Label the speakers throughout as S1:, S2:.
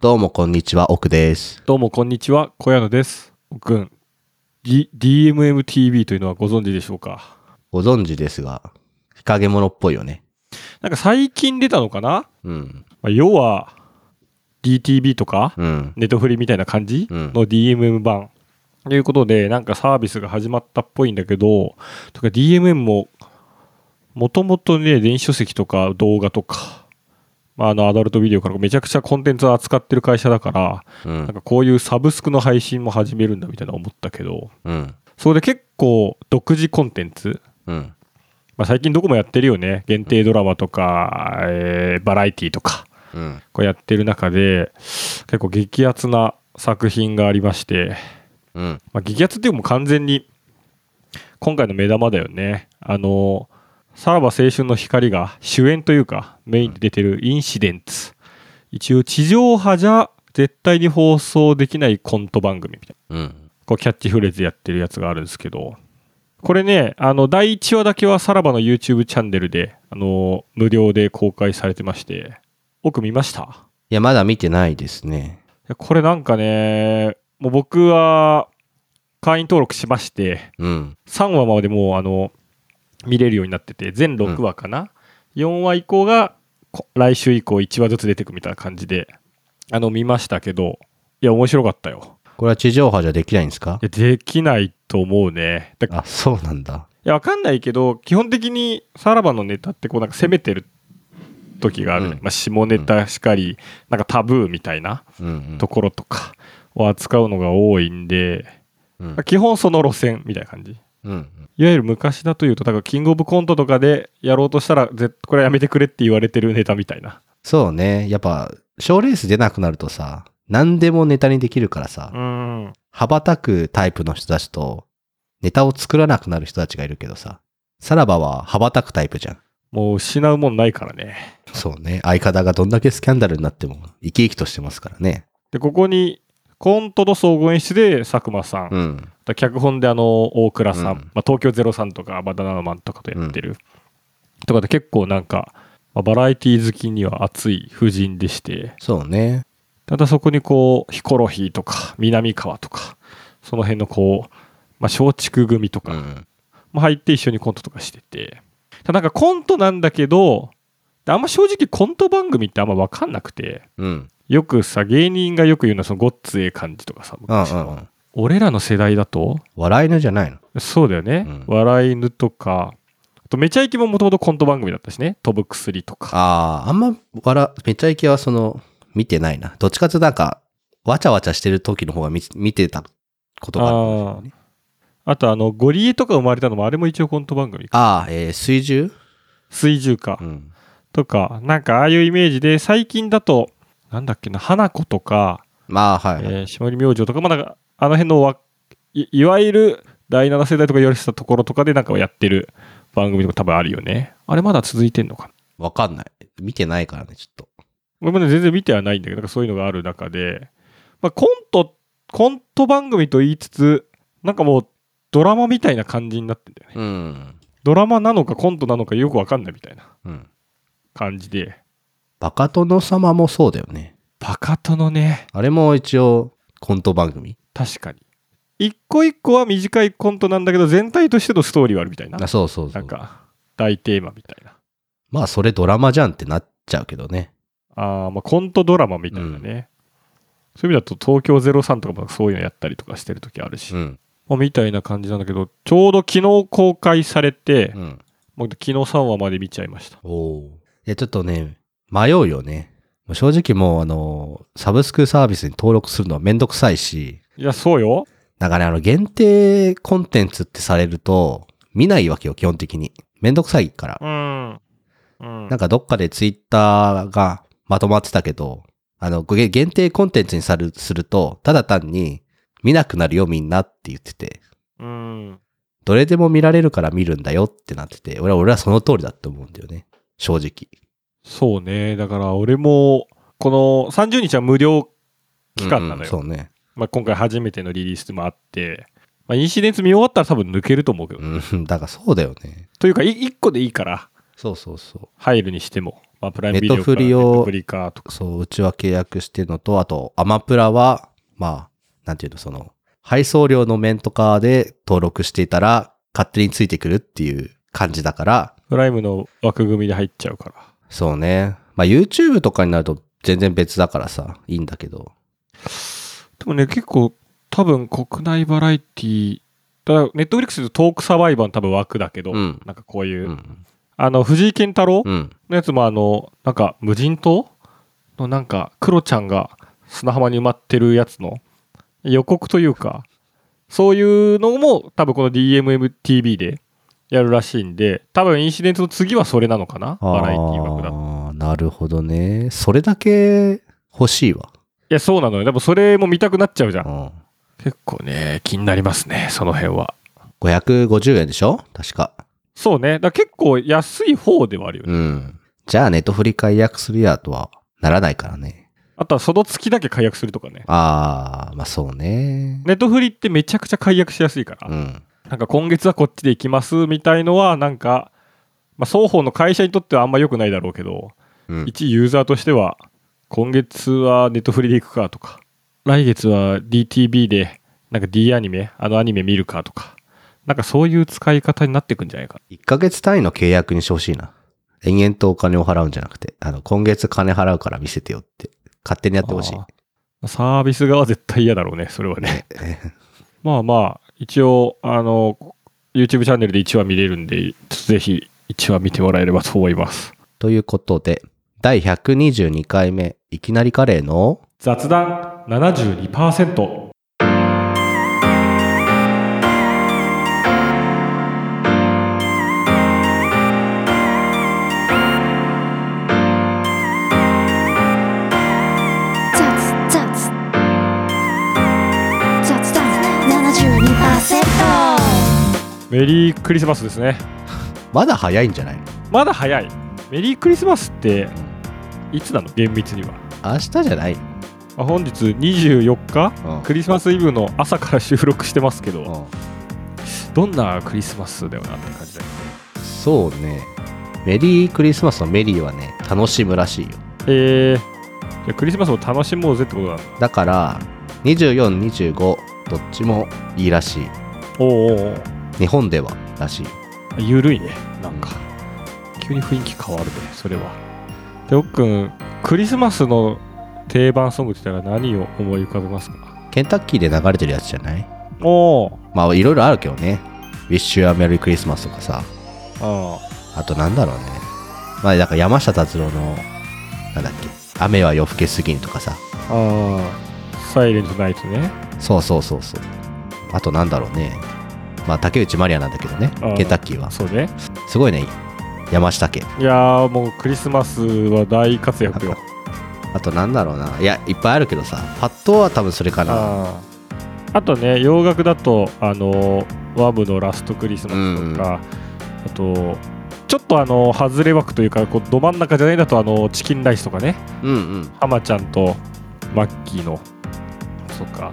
S1: どうもこんにちは、奥です。
S2: どうもこんにちは、小屋野です。おくん、D、DMMTV というのはご存知でしょうか
S1: ご存知ですが、日陰者っぽいよね。
S2: なんか最近出たのかな、
S1: うん、
S2: まあ、要は、DTV とか、
S1: うん、
S2: ネットフリみたいな感じ
S1: うん
S2: の DMM 版。ということで、なんかサービスが始まったっぽいんだけど、とか DMM も、もともとね、電子書籍とか動画とか、まあ、あの、アダルトビデオからめちゃくちゃコンテンツを扱ってる会社だから、
S1: う
S2: なん
S1: ん、
S2: かこういうサブスクの配信も始めるんだみたいな思ったけど、
S1: うん、
S2: そこで結構独自コンテンツ、
S1: うん、
S2: まあ、最近どこもやってるよね限定ドラマとか、えーバラエティとか
S1: うん、
S2: こうやってる中で結構激アツな作品がありまして、
S1: うん、
S2: まあ、激アツっていうのも完全に今回の目玉だよねあのさらば青春の光が主演というかメインで出てるインシデンツ一応地上波じゃ絶対に放送できないコント番組みたいな
S1: うん、
S2: こうキャッチフレーズやってるやつがあるんですけど、これね、あの、第1話だけはさらばの YouTube チャンネルで、あの、無料で公開されてまして、奥見ました
S1: いや、まだ見てないですね。
S2: いやこれなんかね、もう僕は会員登録しまして、
S1: うん、
S2: 3話までもう、あの、見れるようになってて、全6話かな、?4 話以降が、こ来週以降1話ずつ出てくみたいな感じで、あの、見ましたけど、いや、面白かったよ。
S1: これは地上波じゃできないんですか
S2: いやできないと思うね。だ
S1: あ、そうなんだ。
S2: いや、わかんないけど、基本的にさらばのネタってこうなんか攻めてる時があるね、
S1: うん
S2: まあ、下ネタしかり、なんかタブーみたいな
S1: うん、うん
S2: ところとかを扱うのが多いんで、
S1: うん
S2: まあ、基本その路線みたいな感じ。
S1: うん、
S2: いわゆる昔だというと、だからキングオブコントとかでやろうとしたら、ぜこれはやめてくれって言われてるネタみたいな。
S1: そうね。やっぱ、賞ーレース出なくなるとさ、何でもネタにできるからさ、
S2: うん。
S1: 羽ばたくタイプの人たちと、ネタを作らなくなる人たちがいるけどさ、さらばは羽ばたくタイプじゃん。
S2: もう失うもんないからね。
S1: そうね。相方がどんだけスキャンダルになっても生き生きとしてますからね。
S2: で、ここに、コントと総合演出で佐久間さん、
S1: うん。
S2: だ脚本であの大倉さん、
S1: うん
S2: まあ、東京03とかバナナマンとかとやってる、とかで結構なんか、まあバラエティ好きには熱い婦人でして
S1: そうね。
S2: ただそこにこうヒコロヒーとか南川とかその辺のこう、まあ、松竹組と
S1: う
S2: か
S1: ん。
S2: も入って一緒にコントとかしててただなんかコントなんだけどあんま正直コント番組ってあんま分かんなくて
S1: うん。
S2: よくさ芸人がよく言うのはそのごっつええ感じとかさ
S1: うん
S2: 昔
S1: う
S2: の
S1: んうん。
S2: 俺らの世代だと
S1: 笑いのじゃないの
S2: そうだよね、
S1: うん
S2: 笑い犬とかあとめちゃイケももともとコント番組だったしね飛ぶ薬とか
S1: ああ、あんま笑、めちゃイケはその、見てないな。どっちかというとなんか、わちゃわちゃしてる時の方が見見てたことがあるかもしれないね。
S2: あとあのゴリエとか生まれたのもあれも一応コント番組か
S1: ああ、えー、水中
S2: 水獣か、
S1: うん。
S2: とかなんかああいうイメージで最近だとなんだっけな花子とか、
S1: まあ、は
S2: え
S1: い。
S2: ー霜降り明星とか,、まあ、なんかあの辺のわいいわゆる第7世代とか言われてたところとかでなんかやってる番組とか多分あるよねあれまだ続いてんのかな
S1: わかんない。見てないからね、ちょっと。
S2: 俺もね全然見てはないんだけどなんかそういうのがある中で、まあ、コントコント番組と言いつつなんかもうドラマみたいな感じになってんだよね
S1: うん。
S2: ドラマなのかコントなのかよくわかんないみたいな
S1: うん。
S2: 感じで
S1: バカ殿様もそうだよね。
S2: バカ殿ね
S1: あれも一応、コント番組
S2: 確かに一個一個は短いコントなんだけど全体としてのストーリーはあるみたいな
S1: あそうそうそ
S2: な。
S1: うん
S2: か大テーマみたいな
S1: まあ、それドラマじゃんってなっちゃうけどね。
S2: あーまあコントドラマみたいなね、そういう意味だと東京03とかもそういうのやったりとかしてる時あるし、
S1: うん。
S2: まあ、みたいな感じなんだけど、ちょうど昨日公開されて、
S1: うん。
S2: もう昨日3話まで見ちゃいました。
S1: おお。いや、ちょっとね、迷うよね。もう正直もう、あの、サブスクサービスに登録するのはめんどくさいし、
S2: いや、そうよ。
S1: なんかね、あの、限定コンテンツってされると、見ないわけよ、基本的に。めんどくさいから。
S2: うん。うん
S1: なんかどっかでツイッターがまとまってたけど、あの、げ限定コンテンツにさる、すると、ただ単に、見なくなるよ、みんなって言ってて、
S2: うん。
S1: どれでも見られるから見るんだよってなってて、俺は、俺はその通りだって思うんだよね。正直。
S2: そうね。だから俺も、この30日は無料期間なのよ。
S1: うんうんそうね。
S2: まあ、今回初めてのリリースでもあって、まあ、インシデンツ見終わったら多分抜ける と思うけど。
S1: うん、だからそうだよね。
S2: というか、1個でいいから、
S1: そうそうそ
S2: 入るにしても。まあ、プライムビデオ
S1: ネットフリを
S2: からネットフリかとか。
S1: そう、うちは契約してるのと、あと、アマプラは、まあ、なんていうの、その、配送料の面とかで登録していたら、勝手についてくるっていう感じだから、
S2: プライムの枠組みで入っちゃうから。
S1: そうね。まあ、YouTube とかになると全然別だからさ、いいんだけど。
S2: でもね、結構、多分国内バラエティただ、ネットフリックスでトークサバイバーの多分枠だけど、
S1: うん
S2: なんかこういうう、
S1: ん。
S2: あの、藤井健太郎
S1: うん。
S2: のやつもあの、なんか無人島のなんか、クロちゃんが砂浜に埋まってるやつの予告というか、そういうのも多分この DMMTV でやるらしいんで、多分インシデンツの次はそれなのかなバラエティ枠だと。い
S1: ああ、なるほどね。それだけ欲しいわ。
S2: や、そうなのよ。でもそれも見たくなっちゃうじゃ。
S1: うんん。
S2: 結構ね、気になりますね、その辺は。
S1: 550円でしょ確か。
S2: そうね。だから結構安い方ではあるよね。
S1: うん。じゃあ、ネットフリ解約するやとはならないからね。
S2: あとはその月だけ解約するとかね。
S1: ああ、まあそうね。
S2: ネットフリってめちゃくちゃ解約しやすいから
S1: う。ん。
S2: なんか今月はこっちで行きますみたいのはなんか、まあ、双方の会社にとってはあんま良くないだろうけど、
S1: うん、
S2: 一ユーザーとしては今月はネットフリで行くかとか来月は DTV でなんか D アニメあのアニメ見るかとかなんかそういう使い方になってくんじゃないか
S1: 1ヶ月単位の契約にしてほしいな。延々とお金を払うんじゃなくて、あの、今月金払うから見せてよって、勝手にやってほしい。
S2: あーサービス側は絶対嫌だろうねそれはねまあまあ一応あの YouTube チャンネルで1話見れるんでぜひ1話見てもらえればと思います
S1: ということで、第122回目、いきなりカレーの、
S2: 雑談72%
S3: 雑雑雑談72%
S2: メリークリスマスですね
S1: まだ早いんじゃないの
S2: まだ早いメリークリスマスっていつなの厳密には、
S1: 明日じゃない
S2: まあ、本日24日
S1: の、
S2: クリスマスイブの朝から収録してますけ
S1: う
S2: ど
S1: ん
S2: どんなクリスマスだよなって感じだよね
S1: そうね。メリークリスマスのメリーはね、楽しむらしいよ。
S2: えーじゃあクリスマスを楽しもうぜってことなの
S1: だから、24、25、どっちもいいらしい。
S2: おうおうおう
S1: 日本ではらしい。
S2: あゆるいねなんか急に雰囲気変わるねそれはで奥くんクリスマスの定番ソングって言ったら何を思い浮かべますか
S1: ケンタッキーで流れてるやつじゃない
S2: おお
S1: まあいろいろあるけどね。Wish you a Merry Christmas とかさ。
S2: あ
S1: あとなんだろうね。まあだから山下達郎の、なんだっけ。雨は夜更けすぎにとかさ。
S2: あああサイレントナイトね
S1: そうそうそうそう。あとなんだろうね。まあ竹内まりやなんだけどね
S2: あ。ー
S1: ケンタッキーは。
S2: そうね
S1: すごいね。山下家。
S2: いやーもうクリスマスは大活躍よ。
S1: あとなんだろうな。いや、いっぱいあるけどさ。パッとは多分それかな。
S2: ああとね洋楽だとあのワブのラストクリスマスとか、あとちょっとあの外れ枠というかこうど真ん中じゃないんだとあのチキンライスとかね
S1: うんうん。
S2: ハマちゃんとマッキーのそうか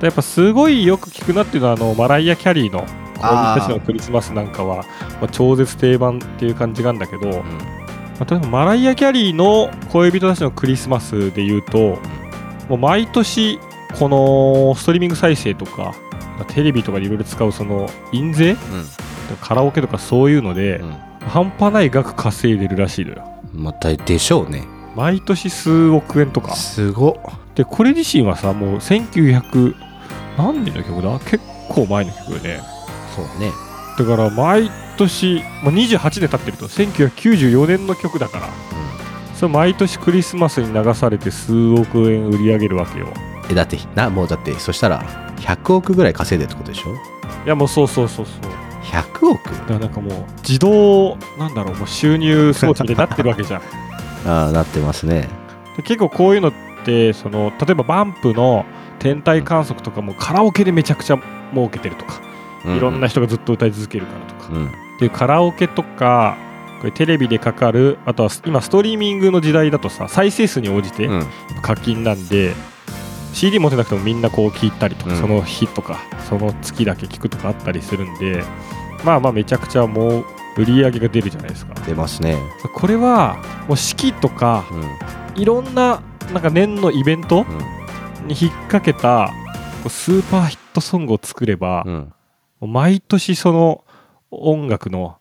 S2: でやっぱすごいよく聞くなっていうのはあのマライア・キャリーの「恋人たちのクリスマス」なんかはまあ超絶定番っていう感じなんだけど、
S1: うん
S2: まあ例えばマライア・キャリーの「恋人たちのクリスマス」で言うともう毎年このストリーミング再生とかテレビとかでいろいろ使うその印税カラオケとかそういうので、
S1: うん
S2: 半端ない額稼いでるらしいのよ
S1: うん。またでしょうね。
S2: 毎年数億円とか
S1: すごっ。
S2: でこれ自身はさもう1900何年の曲だ結構前の曲だよね
S1: そうね。
S2: だから毎年、まあ、28年経ってると1994年の曲だからそれ毎年クリスマスに流されて数億円売り上げるわけよ
S1: えだってなもうだってそしたら100億ぐらい稼いでるってことでしょ
S2: いやもうそうそうそうそう
S1: 100億
S2: だからなんかもう自動なんだろうもう収入装置みたいになってるわけじゃん
S1: ああなってますね
S2: で結構こういうのってその例えばバンプの天体観測とかもカラオケでめちゃくちゃ儲けてるとか、いろんな人がずっと歌い続けるからとか、
S1: うんうん
S2: でカラオケとかこれテレビでかかるあとは今ストリーミングの時代だとさ再生数に応じて
S1: うん
S2: 課金なんで、CD 持ってなくてもみんなこう聴いたりと
S1: う
S2: か、
S1: ん
S2: その日とかその月だけ聴くとかあったりするんでまあまあめちゃくちゃ儲売り上げが出るじゃないですか
S1: 出ますね。
S2: これはもう四季とか
S1: うん。うん。
S2: いろんななんか年のイベントに引っ掛けたこうスーパーヒットソングを作れば、
S1: うん。
S2: もう毎年その音楽の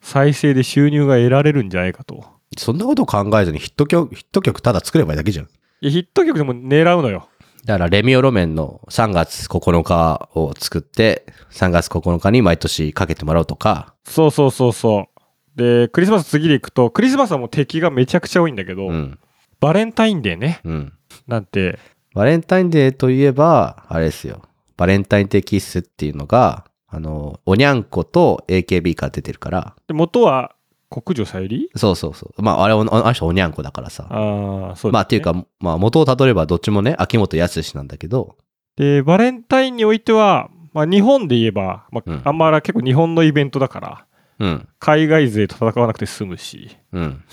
S2: 再生で収入が得られるんじゃないかと
S1: そんなこと考えずにヒット曲、ヒット曲ただ作ればいいだけじゃん。
S2: いやヒット曲でも狙うのよ
S1: だから、レミオロメンの3月9日を作って、3月9日に毎年かけてもらうとか、
S2: そうそうそうそうでクリスマス次でいくとクリスマスはもう敵がめちゃくちゃ多いんだけど、
S1: うん。
S2: バレンタインデーね
S1: うん。
S2: なんて
S1: バレンタインデーといえば、あれですよ。バレンタインデーキッスっていうのが、あの、おにゃんこと AKB から出てるから、
S2: で元は国女さゆり
S1: そうそうそう。まあ、あれ、あの人おにゃんこだからさ。
S2: ああそうですね
S1: まあ、っていうか、まあ、元をたどればどっちもね、秋元康なんだけど、
S2: でバレンタインにおいては、まあ、日本で言えば、まあ
S1: うん
S2: あんまり結構日本のイベントだから
S1: うん、
S2: 海外勢と戦わなくて済むし
S1: うん。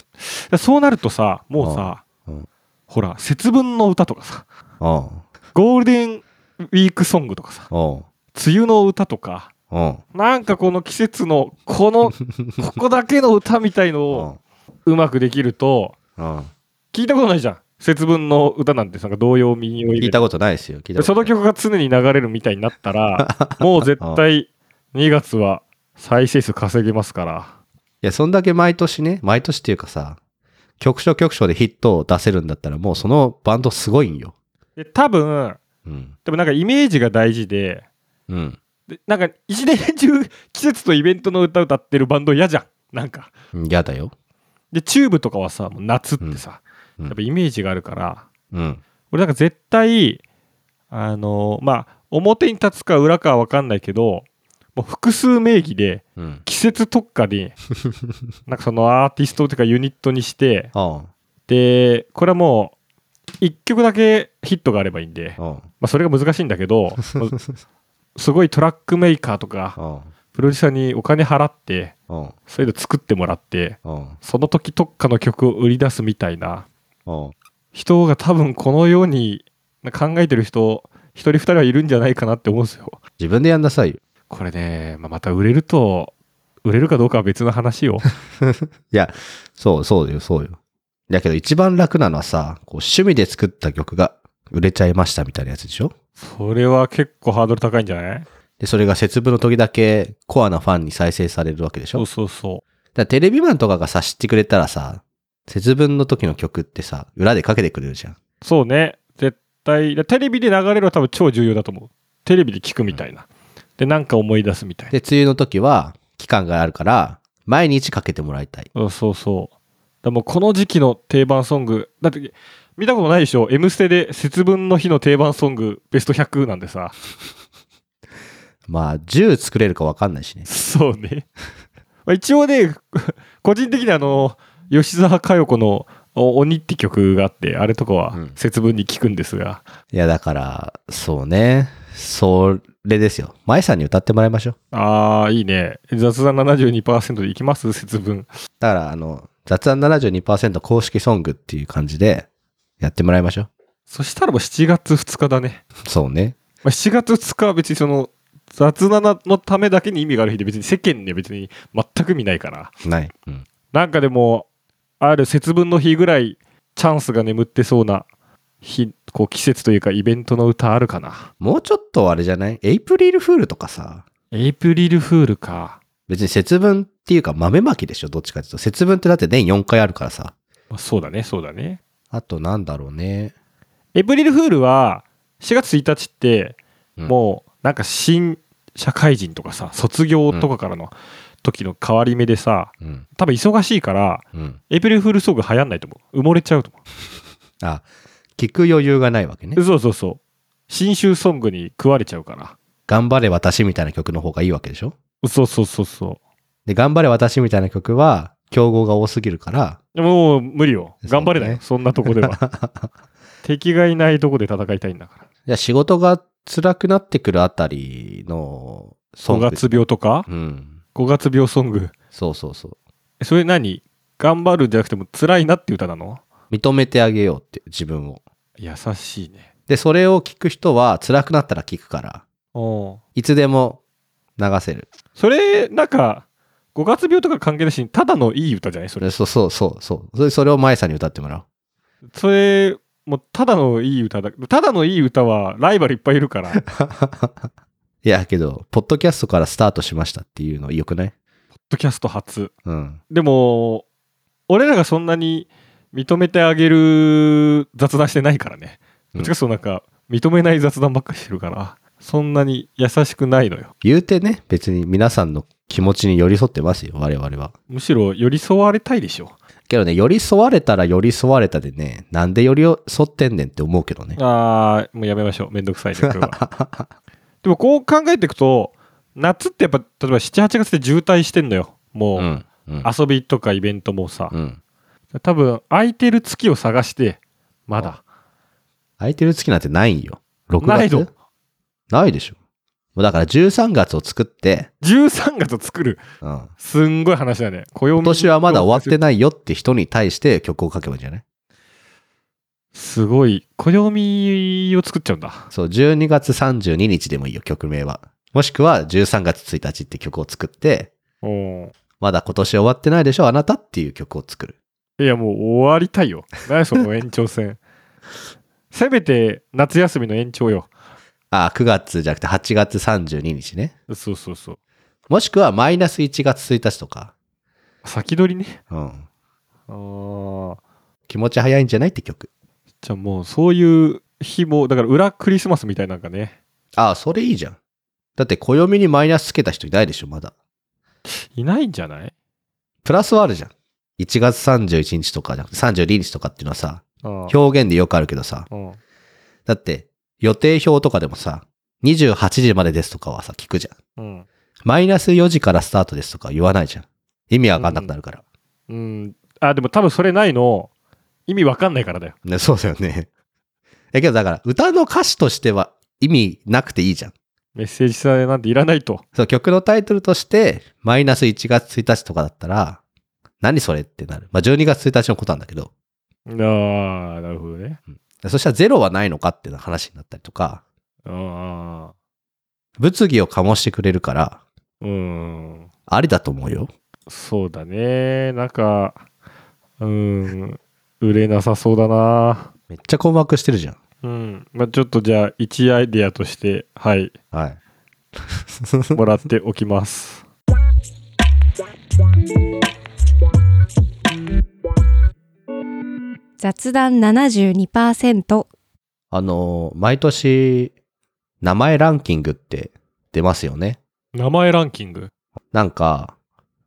S2: でそうなるとさもうさ、
S1: うんうん
S2: ほら節分の歌とかさ
S1: おう
S2: ゴールデンウィークソングとかさ
S1: おう
S2: 梅雨の歌とか
S1: おう
S2: なんかこの季節の このここだけの歌みたいの
S1: お
S2: を
S1: う
S2: うまくできると
S1: おう
S2: 聞いたことないじゃん節分の歌なんてなんか童謡民謡イ
S1: 聞
S2: ベ
S1: い
S2: ント
S1: たことないですよ。聞いたこと
S2: そ
S1: な
S2: の
S1: い。
S2: 曲が常に流れるみたいになった らもう絶対2月は再生数稼げますから
S1: いや、そんだけ毎年ね、毎年っていうかさ、局所局所でヒットを出せるんだったら、もうそのバンドすごいんよ。
S2: で多分
S1: うん。
S2: でもなんかイメージが大事で
S1: うん。
S2: でなんか一年中季節とイベントの歌歌ってるバンド嫌じゃんなんか
S1: 嫌だよ。
S2: でチューブとかはさもう夏ってさ、
S1: うんうん
S2: やっぱイメージがあるから
S1: うん。
S2: 俺なんか絶対あのまあ表に立つか裏かは分かんないけどもう複数名義で
S1: うん。
S2: 季節特 化になんかそのアーティストというかユニットにして
S1: おう
S2: でこれはもう1曲だけヒットがあればいいんで、ま
S1: おう
S2: あ、それが難しいんだけどまあすごいトラックメーカーとか
S1: おう
S2: プロデューサーにお金払って
S1: おう
S2: そういうの作ってもらって
S1: おう
S2: その時特化の曲を売り出すみたいな
S1: おう
S2: 人が多分このように考えてる人一人二人はいるんじゃないかなって思うんですよ。
S1: 自分でやんなさいよ。
S2: これね、まあ、また売れると売れるかどうかは別の話
S1: い
S2: を
S1: や、そうそうよ、そうよ。だけど一番楽なのはさ、こう趣味で作った曲が売れちゃいましたみたいなやつでしょ
S2: それは結構ハードル高いんじゃない
S1: で、それが節分の時だけコアなファンに再生されるわけでしょ
S2: そう
S1: だか
S2: そうそ
S1: らテレビマンとかがさ、知ってくれたらさ、節分の時の曲ってさ、裏でかけてくれるじゃん。
S2: うそうね絶対テレビで流れるのは多分超重要だと思うテレビで聞くみたいな、でなんか思い出すみたいな
S1: で、梅雨の時は期間があるから、毎日かけてもらいたい。
S2: そうそうそうだからもうこの時期の定番ソングだって見たことないでしょ「M ステ」で節分の日の定番ソングベスト100なんでさ
S1: まあ、10作れるかわかんないしね。
S2: そうね。 まあ一応ね、 個人的にあの、吉沢佳代子のお鬼って曲があって、あれとかは
S1: うん
S2: 節分に聞くんですが、
S1: いや、だから、そうね。それですよ。舞さんに歌ってもらいましょう。
S2: ああ、いいね。雑談72%でいきます節分。
S1: だから、あの、雑談72%公式ソングっていう感じでやってもらいましょ
S2: そしたらもう7月2日だね。
S1: う。そうね。
S2: まあ、7月2日は別にその、雑7のためだけに意味がある日で別に世間には別に全く見ないから。
S1: ない。うん。
S2: なんかでも、ある節分の日ぐらいチャンスが眠ってそうな日、こう季節というかイベントの歌あるかな。
S1: もうちょっとあれじゃないエイプリルフールとかさ、
S2: エイプリルフールか。
S1: 別に節分っていうか豆まきでしょどっちかっていうと。節分ってだって年4回あるからさ。
S2: まあそうだね、そうだね。
S1: あとなんだろうね。
S2: エイプリルフールは、4月1日って、
S1: うん
S2: もう、なんか新社会人とかさ、卒業とかからの時の変わり目でさ、
S1: うん。
S2: 多分忙しいから、
S1: うん。
S2: エイプリルフールソング流行んないと思う。埋もれちゃうと思
S1: あ、聞く余裕がないわけね
S2: う。。そうそうそう。新州ソングに食われちゃうから。
S1: 頑張れ私みたいな曲の方がいいわけでしょ
S2: そうそうそうそ
S1: で、頑張れ私みたいな曲は、競合が多すぎるから、
S2: う。もう無理よ。
S1: そうね
S2: 頑張れないよ。そんなとこで は。敵がいないとこで戦いたいんだから。
S1: じゃあ仕事が辛くなってくるあたりのソ
S2: 5
S1: ング。
S2: 月病とか
S1: うん。
S2: ?5 月病ソング。
S1: そうそうそう。
S2: えそれ何頑張るんじゃなくても辛いなっていう歌なの
S1: 認めてあげようって、自分を。
S2: 優しいね。
S1: で、それを聞く人は辛くなったら聞くから、
S2: お
S1: いつでも流せる。
S2: それ、なんか、五月病とか関係なしに、ただのいい歌じゃないそれ。
S1: そうそうそうそう。それそれを舞さんに歌ってもらおう。
S2: それ、もうただのいい歌だ。ただのいい歌はライバルいっぱいいる から、ポッ
S1: いや、けど、ポッドキャストからスタートしましたっていうの良くない
S2: ドキャスト初。
S1: うん。
S2: でも、俺らがそんなに認めてあげる雑談してないからね。
S1: う
S2: ど
S1: ん
S2: っちかそうなんか、認めない雑談ばっかりしてるから、そんなに優しくないのよ。
S1: 言うてね、別に皆さんの気持ちに寄り添ってますよ、我々は。
S2: むしろ寄り添われたいでしょ。
S1: けどね、寄り添われたら寄り添われたでね、なんで寄り添ってんねんって思うけどね。
S2: あー、もうやめましょう。めんどくさいね、これは。でもこう考えていくと、夏ってやっぱ、例えば7、8月で渋滞してんのよ。もう、
S1: うん。うん。
S2: 遊びとかイベントもさ、
S1: うん。
S2: 多分空いてる月を探してまだ
S1: 空いてる月なんてないんよ。6月
S2: ないの
S1: ないでしょ。もうだから13月を作って、
S2: 13月を作る
S1: うん。
S2: すんごい話だね暦
S1: 今年はまだ終わって
S2: て
S1: ないよって人に対して曲を書けばいいんじゃない
S2: すごい暦を作っちゃうんだ
S1: そう、12月32日でもいいよ、曲名は。もしくは13月1日って曲を作って、
S2: おー
S1: まだ今年終わってないでしょ、あなたっていう曲を作る。
S2: いやもう終わりたいよ何やその延長戦 せめて夏休みの延長よ
S1: あ、9月じゃなくて8月32日ね。
S2: そうそうそう
S1: もしくはマイナス1月1日とか。
S2: 先取りね
S1: うん。
S2: あー
S1: 気持ち早いんじゃないって曲。
S2: じゃあもうそういう日もだから裏クリスマスみたいなんかね
S1: あ、それいいじゃん。だって暦にマイナスつけた人いないでしょ、まだ。
S2: いないんじゃない
S1: プラスはあるじゃん。1月31日とかじゃなくて32日とかっていうのはさ、
S2: あー
S1: 表現でよくあるけどさ、
S2: うん
S1: だって予定表とかでもさ、28時までですとかはさ、聞くじゃん。
S2: うん
S1: マイナス4時からスタートですとか言わないじゃん。意味わかんなくなるから。
S2: うん。あ、でも多分それないの、意味わかんないからだよ。
S1: ね、そうだよね。え、けどだから、歌の歌詞としては意味なくていいじゃん。
S2: メッセージ性なんていらないと。
S1: そう、曲のタイトルとして、マイナス1月1日とかだったら、何それってなる。まあ、12月1日のことなんだけど、
S2: ああ、なるほどね。
S1: そしたらゼロはないのかっていう話になったりとか、
S2: ああ。
S1: 物議を醸してくれるから、
S2: うん。
S1: ありだと思うよ。
S2: そうだね。なんか、うん。売れなさそうだな。
S1: めっちゃ困惑してるじゃん。
S2: うん。まあ、ちょっとじゃあ、一アイディアとして、はい、
S1: はい。
S2: もらっておきます。
S3: 雑談72%
S1: あのー、毎年、名前ランキングって出ますよね。
S2: 名前ランキング。
S1: なんか、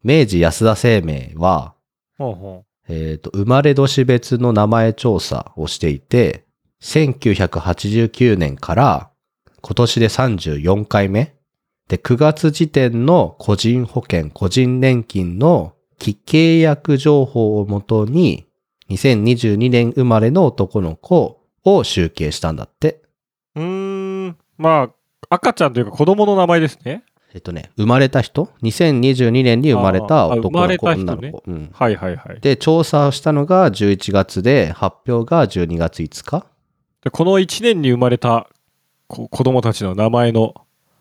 S1: 明治安田生命は、
S2: ほうほ
S1: えっ、と、生まれ年別の名前調査をしていて、1989年から今年で34回目。で、9月時点の個人保険、個人年金の既契約情報をもとに、2022年生まれの男の子を集計したんだって。
S2: う。うーん。まあ、赤ちゃんというか子供の名前ですね。
S1: えっとね、生まれた人 ?2022 年に生まれた
S2: あーあ
S1: 男の
S2: 生まれ
S1: 子、
S2: た人ね
S1: 女の子。うん
S2: はいはいはい。
S1: で、調査をしたのが11月で、発表が12月5日
S2: でこの1年に生まれたこ子供たちの名前の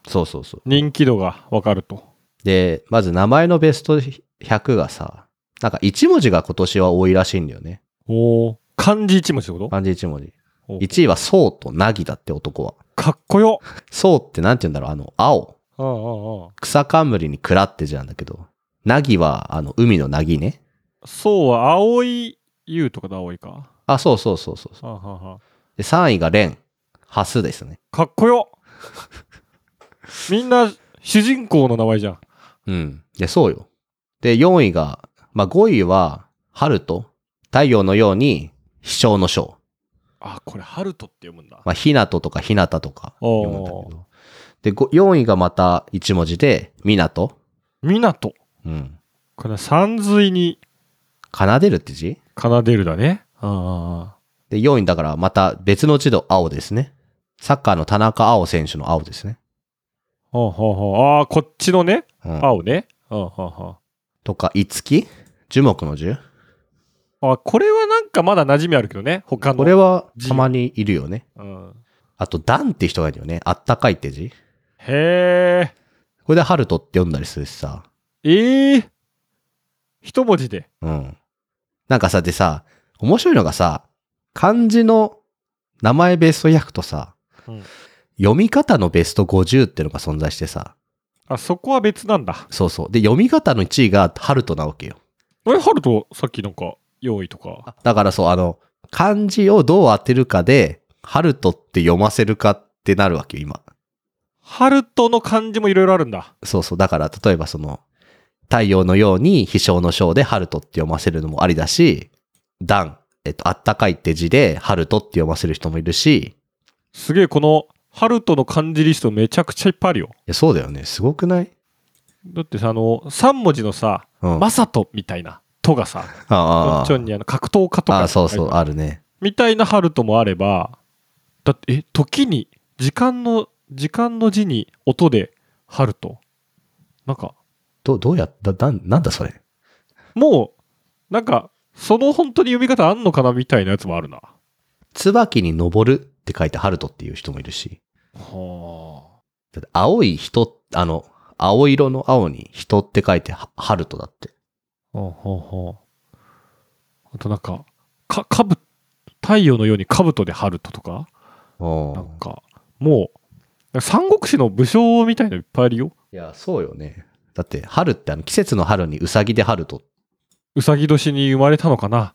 S1: そうそうそう。
S2: 人気度がわかると。
S1: で、まず名前のベスト100がさ、なんか1文字が今年は多いらしいんだよね。
S2: おお。漢字一文字ってこと
S1: 漢字1文字。
S2: お
S1: 1位はそうとなぎだって男は。
S2: かっこよ
S1: そうってなんて言うんだろうあの、青。
S2: あああ
S1: 草冠にくらって字なんだけど。なぎは、あの、海のなぎね。
S2: あそうは青い優とかだ青いか。
S1: あ、そうそうそうそうそう。
S2: はあはあはあ
S1: で、3位が蓮。ハスですね。
S2: かっこよみんな主人公の名前じゃん。
S1: うん。で、そうよ。で、4位が、まあ、5位は、春と、太陽のように、飛翔の翔。
S2: あ、これ、ハルトって読むんだ。
S1: まあ、ひなととかひなたとか
S2: おー
S1: 読むんだけど。で、ご4位がまた1文字で、みなと。
S2: みなと。
S1: うん。
S2: これ、三髄に
S1: 奏でるって字
S2: 奏でるだね。ああああ。
S1: で、4位だからまた別の字の青ですね。サッカーの田中青選手の青ですね。
S2: ほうほうほうああ、こっちのね。
S1: うん、
S2: 青ね。あああああ
S1: とか、いつき樹木の樹
S2: ああ、これはなんかまだ馴染みあるけどね。他の。
S1: これは
S2: 字
S1: たまにいるよね。
S2: うん
S1: あと、段って人がいるよね。あったかいって字。
S2: へえ。
S1: これで春とって読んだりするしさ。
S2: ええ一文字で。
S1: うん。なんかさ、でさ、面白いのがさ、漢字の名前ベスト100とさ、
S2: うん
S1: 読み方のベスト50っていうのが存在してさ、
S2: あ、そこは別なんだ。
S1: そうそう。で、読み方の1位がハルトなわけよ。
S2: あれ、ハルト、さっきなんか、用意とか。
S1: だからそう、あの、漢字をどう当てるかで、ハルトって読ませるかってなるわけよ、今。
S2: ハルトの漢字もいろいろあるんだ。
S1: そうそう。だから、例えばその、太陽のように飛翔の章でハルトって読ませるのもありだし、暖、えっと、あったかいって字でハルトって読ませる人もいるし、
S2: すげえ、この、ハルトの漢字リストめちゃくちゃいっぱいあるよ。
S1: いや、そうだよね。すごくない
S2: だってさ、あの、3文字のさ、
S1: うん。
S2: マサトみたいな、とがさ、
S1: あ
S2: ちょんにあの格闘家と
S1: あ
S2: か。
S1: あ、そうそう、あるね。
S2: みたいなハルトもあれば、だって、え、時に、時間の、時間の字に音でハルト。なんか、
S1: ど、どうやった、だ、なんだそれ。
S2: もう、なんか、その本当に読み方あんのかなみたいなやつもあるな。
S1: 椿に登るって書いてハルトっていう人もいるし、
S2: は
S1: だって青い人、あの、青色の青に人って書いてハハルトだって。
S2: あ。はあはあ。あとなんか、か、かぶ、太陽のように兜でハルトとか、
S1: うん
S2: なんか、もう、三国志の武将みたいのいっぱいあるよ。
S1: いや、そうよね。だって、春ってあの季節の春にうさぎでハルト。
S2: うさぎ年に生まれたのかな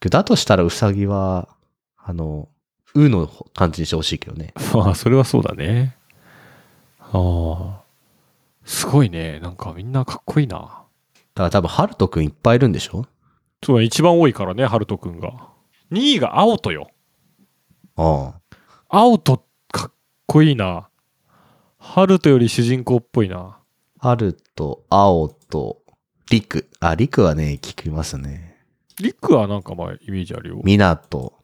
S1: だとしたらうさぎは、あの、うの感じにしてほしいけどね。
S2: まあ、それはそうだね。ああ。すごいね。なんかみんなかっこいいな。
S1: だから多分ハルトくんいっぱいいるんでしょ
S2: そうだね一番多いからね、ハルトくんが。2位が青とよ。
S1: ああ。
S2: 青とかっこいいな。ハルトより主人公っぽいな。
S1: ハルト、青と、リク。あ、リクはね、聞きますね。
S2: リクはなんかまあイメージあるよ。
S1: ミナト。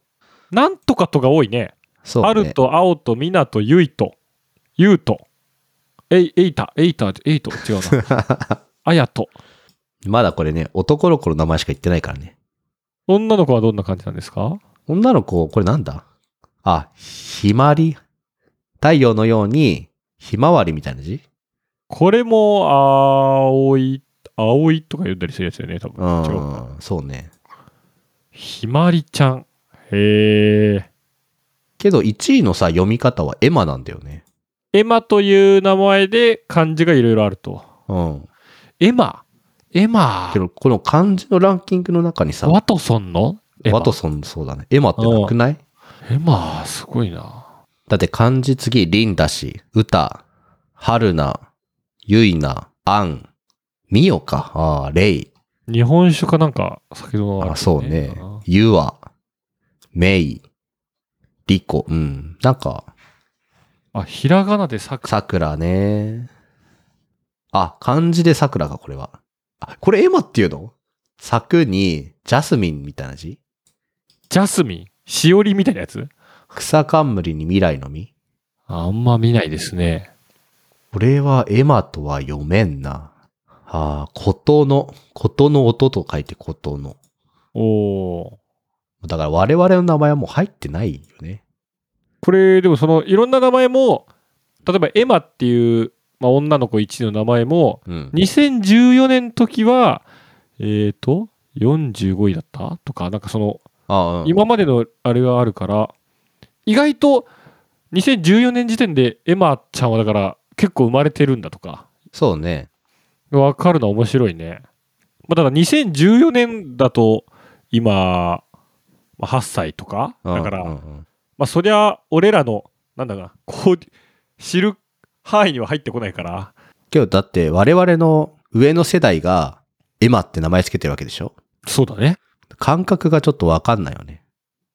S2: なんとかとが多いね。
S1: そう、ね。
S2: ハル。と、青と、ミナと、ユイと、ユウと、エイ、エイタ、エイタ、エイト、違うな。 アヤと。
S1: まだこれね、男の子の名前しか言ってないからね。
S2: 女の子はどんな感じなんですか
S1: 女の子、これなんだあ、ひまり。太陽のように、ひまわりみたいな字
S2: これも、青い、青いとか呼んだりするやつだよね、多
S1: う
S2: 分。違うか。
S1: ん。そうね。
S2: ひまりちゃん。へえ。
S1: けど1位のさ読み方はエマなんだよね。
S2: エマという名前で漢字がいろいろあると。
S1: うん。
S2: エマ。エマ
S1: け。どこの漢字のランキングの中にさ、
S2: ワトソンのエマ
S1: ワトソンそうだね。エマってなくない
S2: エマ、すごいな。
S1: だって漢字次、リンだし、歌、春菜、ゆいな、アン、ミオか、ああ、レイ、
S2: 日本酒かなんか、先ほどの
S1: あそうね、ゆわ、メイ、リコ、うん。なんか、
S2: あ、ひらがなでさく。
S1: さくらね。あ、漢字でさくらか、これは。あ、これエマっていうのさくに、ジャスミンみたいな字
S2: ジャスミン。しおりみたいなやつ
S1: 草冠に未来の実
S2: あんま見ないですね。
S1: これはエマとは読めんな。ああ、ことの、ことの音と書いてことの。
S2: おー。
S1: だから我々の名前はもう入ってないよね。
S2: これでもそのいろんな名前も例えばエマっていう、まあ、女の子1の名前も
S1: うん。
S2: 2014年の時はえっ、と45位だったとかなんかその
S1: ああ、
S2: 今までのあれがあるから意外と2014年時点でエマちゃんはだから結構生まれてるんだとか
S1: そうね。
S2: 分かるのは面白いね、まあ、だから2014年だと今まあ8歳とか
S1: うん
S2: だから、
S1: うんうん
S2: まあそりゃ俺らのなんだかなこう知る範囲には入ってこないから
S1: けどだって我々の上の世代がエマって名前つけてるわけでしょ
S2: そうだね
S1: 感覚がちょっとわかんないよね。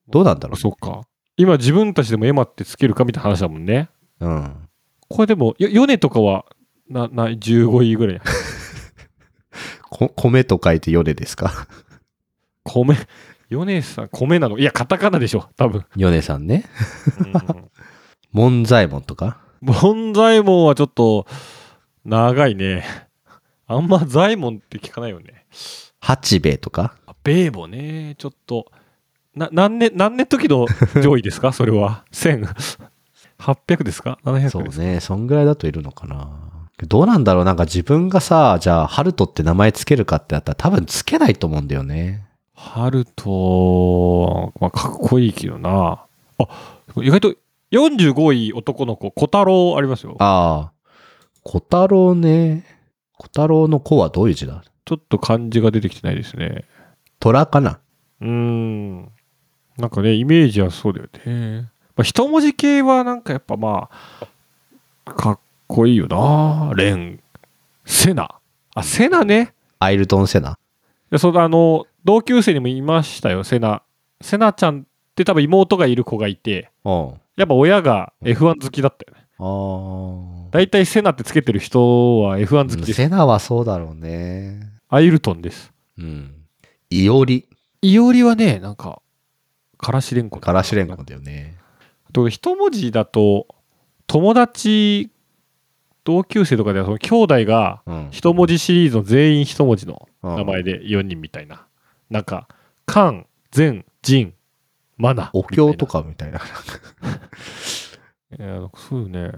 S1: どうなんだろうね
S2: そうか今自分たちでもエマってつけるかみたいな話だもんね
S1: うん。
S2: これでもよヨネとかはなな15位ぐらい
S1: こ米と書いてヨネですか
S2: 米ヨネさん米なのいやカタカナでしょ多分
S1: ヨネさんね。
S2: うん
S1: 門左衛門とか
S2: 門左衛門はちょっと長いねあんま左衛門って聞かないよね
S1: 八兵衛とか
S2: あベーボねちょっとな何年何年時の上位です かそれは1800ですか700
S1: そう
S2: ですか
S1: ね。そんぐらいだといるのかな。どうなんだろうなんか自分がさ、じゃあ、ハルトって名前つけるかってなったら多分つけないと思うんだよね。
S2: ハルト、まあ、かっこいいけどな。あ、意外と45位男の子、小太郎ありますよ。
S1: ああ。小太郎ね。小太郎の子はどういう字だ
S2: ちょっと漢字が出てきてないですね。
S1: 虎かな
S2: うーん。なんかね、イメージはそうだよね。まあ、一文字系はなんかやっぱまあ、かっこいいよな。レン、セナ。あ、セナね。
S1: アイルトン・セナ。
S2: いやそのあの同級生にもいましたよセナセナちゃんって多分妹がいる子がいて
S1: うん。あ
S2: やっぱ親が F1 好きだったよね
S1: あ。
S2: 大体セナってつけてる人は F1 好きです
S1: セナはそうだろうね。
S2: アイルトンです
S1: うん。いおり。
S2: いおりはねなんかからしれんこ
S1: からしれんこだよね。
S2: と一文字だと友達同級生とかではその兄弟が
S1: うん。
S2: 一文字シリーズの全員一文字の名前
S1: で。
S2: で4人みたいななんかカン全仁マナ
S1: お経とかみたいな。
S2: いやそうよね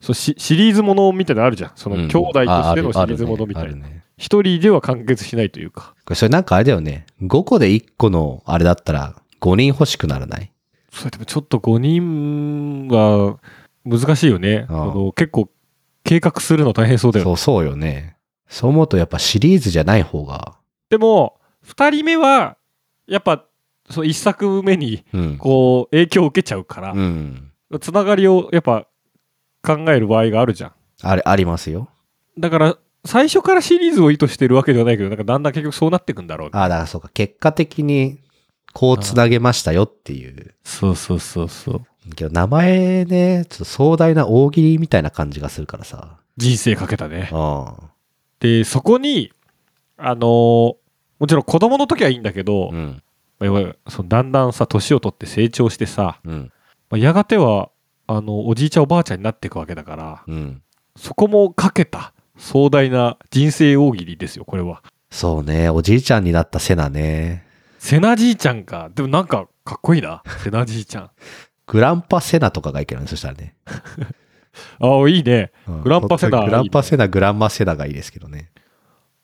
S2: そうシシリーズものみたいなのあるじゃん その兄弟としてのシリーズものみたい
S1: な。ある
S2: な
S1: ね
S2: 一、人では完結しないというか
S1: これそれなんかあれだよね。5個で1個のあれだったら5人欲しくならない
S2: それでもちょっと5人は難しいよね
S1: あ
S2: あ
S1: あ
S2: の結構計画するの大変そうだよね
S1: そうそうよね。そう思うとやっぱシリーズじゃない方が。
S2: でも2人目はやっぱそ1作目に
S1: うん。
S2: こう影響を受けちゃうから
S1: う、ん。
S2: つながりをやっぱ考える場合があるじゃん
S1: あれ、ありますよ。
S2: だから最初からシリーズを意図してるわけではないけどなんかだんだん結局そうなっていくんだろうね
S1: ああ、だからそうか。結果的にこうつなげましたよっていう。
S2: そうそうそうそう
S1: けど名前ね、ちょっと壮大な大喜利みたいな感じがするからさ。
S2: 人生かけたね。
S1: あ
S2: で、そこに、あのーもちろん子供の時はいいんだけど
S1: あ。、うん。
S2: まあいわゆるそのだんだんさ、年を取って成長してさ、
S1: うん。
S2: まあやがては、あの、おじいちゃんおばあちゃんになっていくわけだから、
S1: うん。
S2: そこもかけた壮大な人生大喜利ですよ、これは。
S1: そうね。おじいちゃんになったセナね。
S2: セナじいちゃんか。でもなんか、かっこいいな。セナじいちゃん。
S1: グランパセナとかがいけるね。そしたらね。
S2: ああ、いいね。
S1: うん
S2: グランパセナ
S1: グランパセナ、グランマセナがいいですけどね。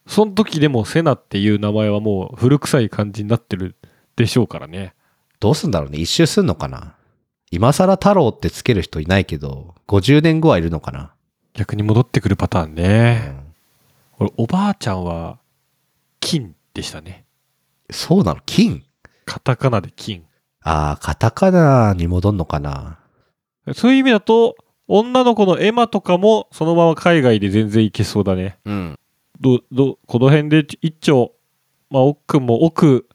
S2: その時でもセナっていう名前はもう古臭い感じになってるでしょうからね。
S1: どうすんだろうね。一周すんのかな。今更太郎ってつける人いないけど、50年後はいるのかな。
S2: 逆に戻ってくるパターン
S1: う
S2: ね、
S1: ん
S2: 俺おばあちゃんは金でしたね
S1: そうなの金
S2: カタカナで金
S1: ああ、カタカナに戻んのかな。
S2: そういう意味だと女の子のエマとかもそのまま海外で全然いけそうだね
S1: うん。
S2: どどこの辺で一丁まあ奥も奥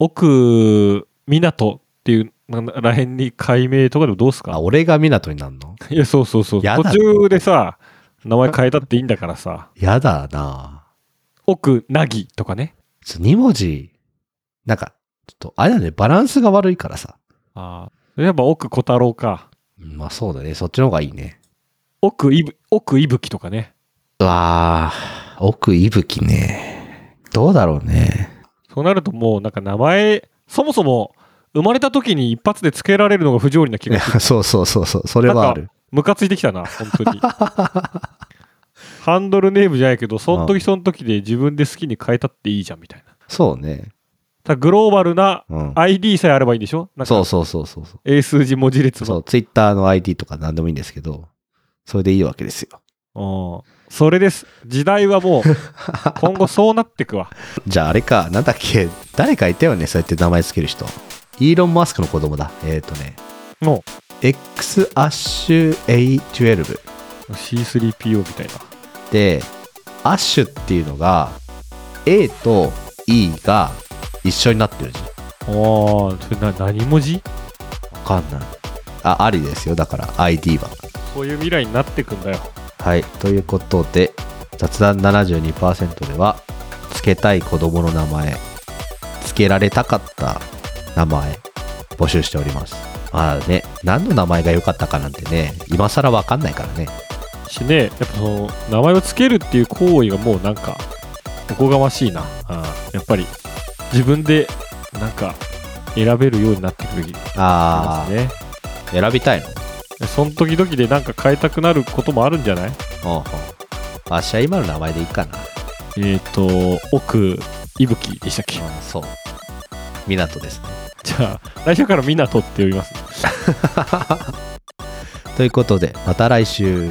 S2: 奥港っていうなんらへんに解明とかでもどうす
S1: あ、
S2: か
S1: 俺が港になんの
S2: いやそうそうそう
S1: やだ
S2: 途中でさ名前変えたっていいんだからさ
S1: やだな。
S2: 奥なぎとかね
S1: ちょ2文字、なんか、ちょっと、あれだね、バランスが悪いからさ。
S2: ああやっぱ奥小太郎か
S1: うんまあそうだね、そっちの方がいいね。
S2: 奥いぶ、奥いぶきとかね。
S1: うわあ、奥いぶきね。どうだろうね。
S2: そうなるともうなんか名前、そもそも生まれた時に一発で付けられるのが不条理な気
S1: いや
S2: がす る。
S1: そうそうそうそう、それはある。
S2: ムカついてきたな、本当に。ハンドルネームじゃないけど、その時その時で自分で好きに変えたっていいじゃんみたいな。
S1: そうね。
S2: ただグローバルな
S1: うん。
S2: ID さえあればいいんでしょなん
S1: そ
S2: か
S1: うそうそうそうそう。
S2: 英数字文字列
S1: そ
S2: の。
S1: う、ツイッターの ID とか何でもいいんですけど、それでいいわけですよ。
S2: うんそれです。時代 はもう、今後そうなってくわ。
S1: じゃああれか、なんだっけ、誰かいたよね、そうやって名前つける人。イーロン・マスクの子供だ。えっ、ー、とね、
S2: も
S1: X アッシュ A12。
S2: う C3PO みたいな。
S1: でアッシュっていうのが A と E が一緒になってる字
S2: ああ、それな何文字
S1: わかんないあありですよだから ID は
S2: そういう未来になってくんだよ。
S1: はいということで雑談72%ではつけたい子供の名前つけられたかった名前募集しておりますまあね何の名前が良かったかなんてね今更わかんないからね
S2: しねやっぱその名前をつけるっていう行為がもうなんかおこがましいなあやっぱり自分でなんか選べるようになってくるべき
S1: あ
S2: あ
S1: あ、
S2: ね
S1: 選びたいの
S2: その時々でなんか変えたくなることもあるんじゃない
S1: おうおうあっしは今の名前でいいかな。
S2: えっ、と、奥、いぶきでしたっけ
S1: う んそう。港ですね。
S2: じゃあ、来週からみんなとって呼びます。
S1: ということで、また来週。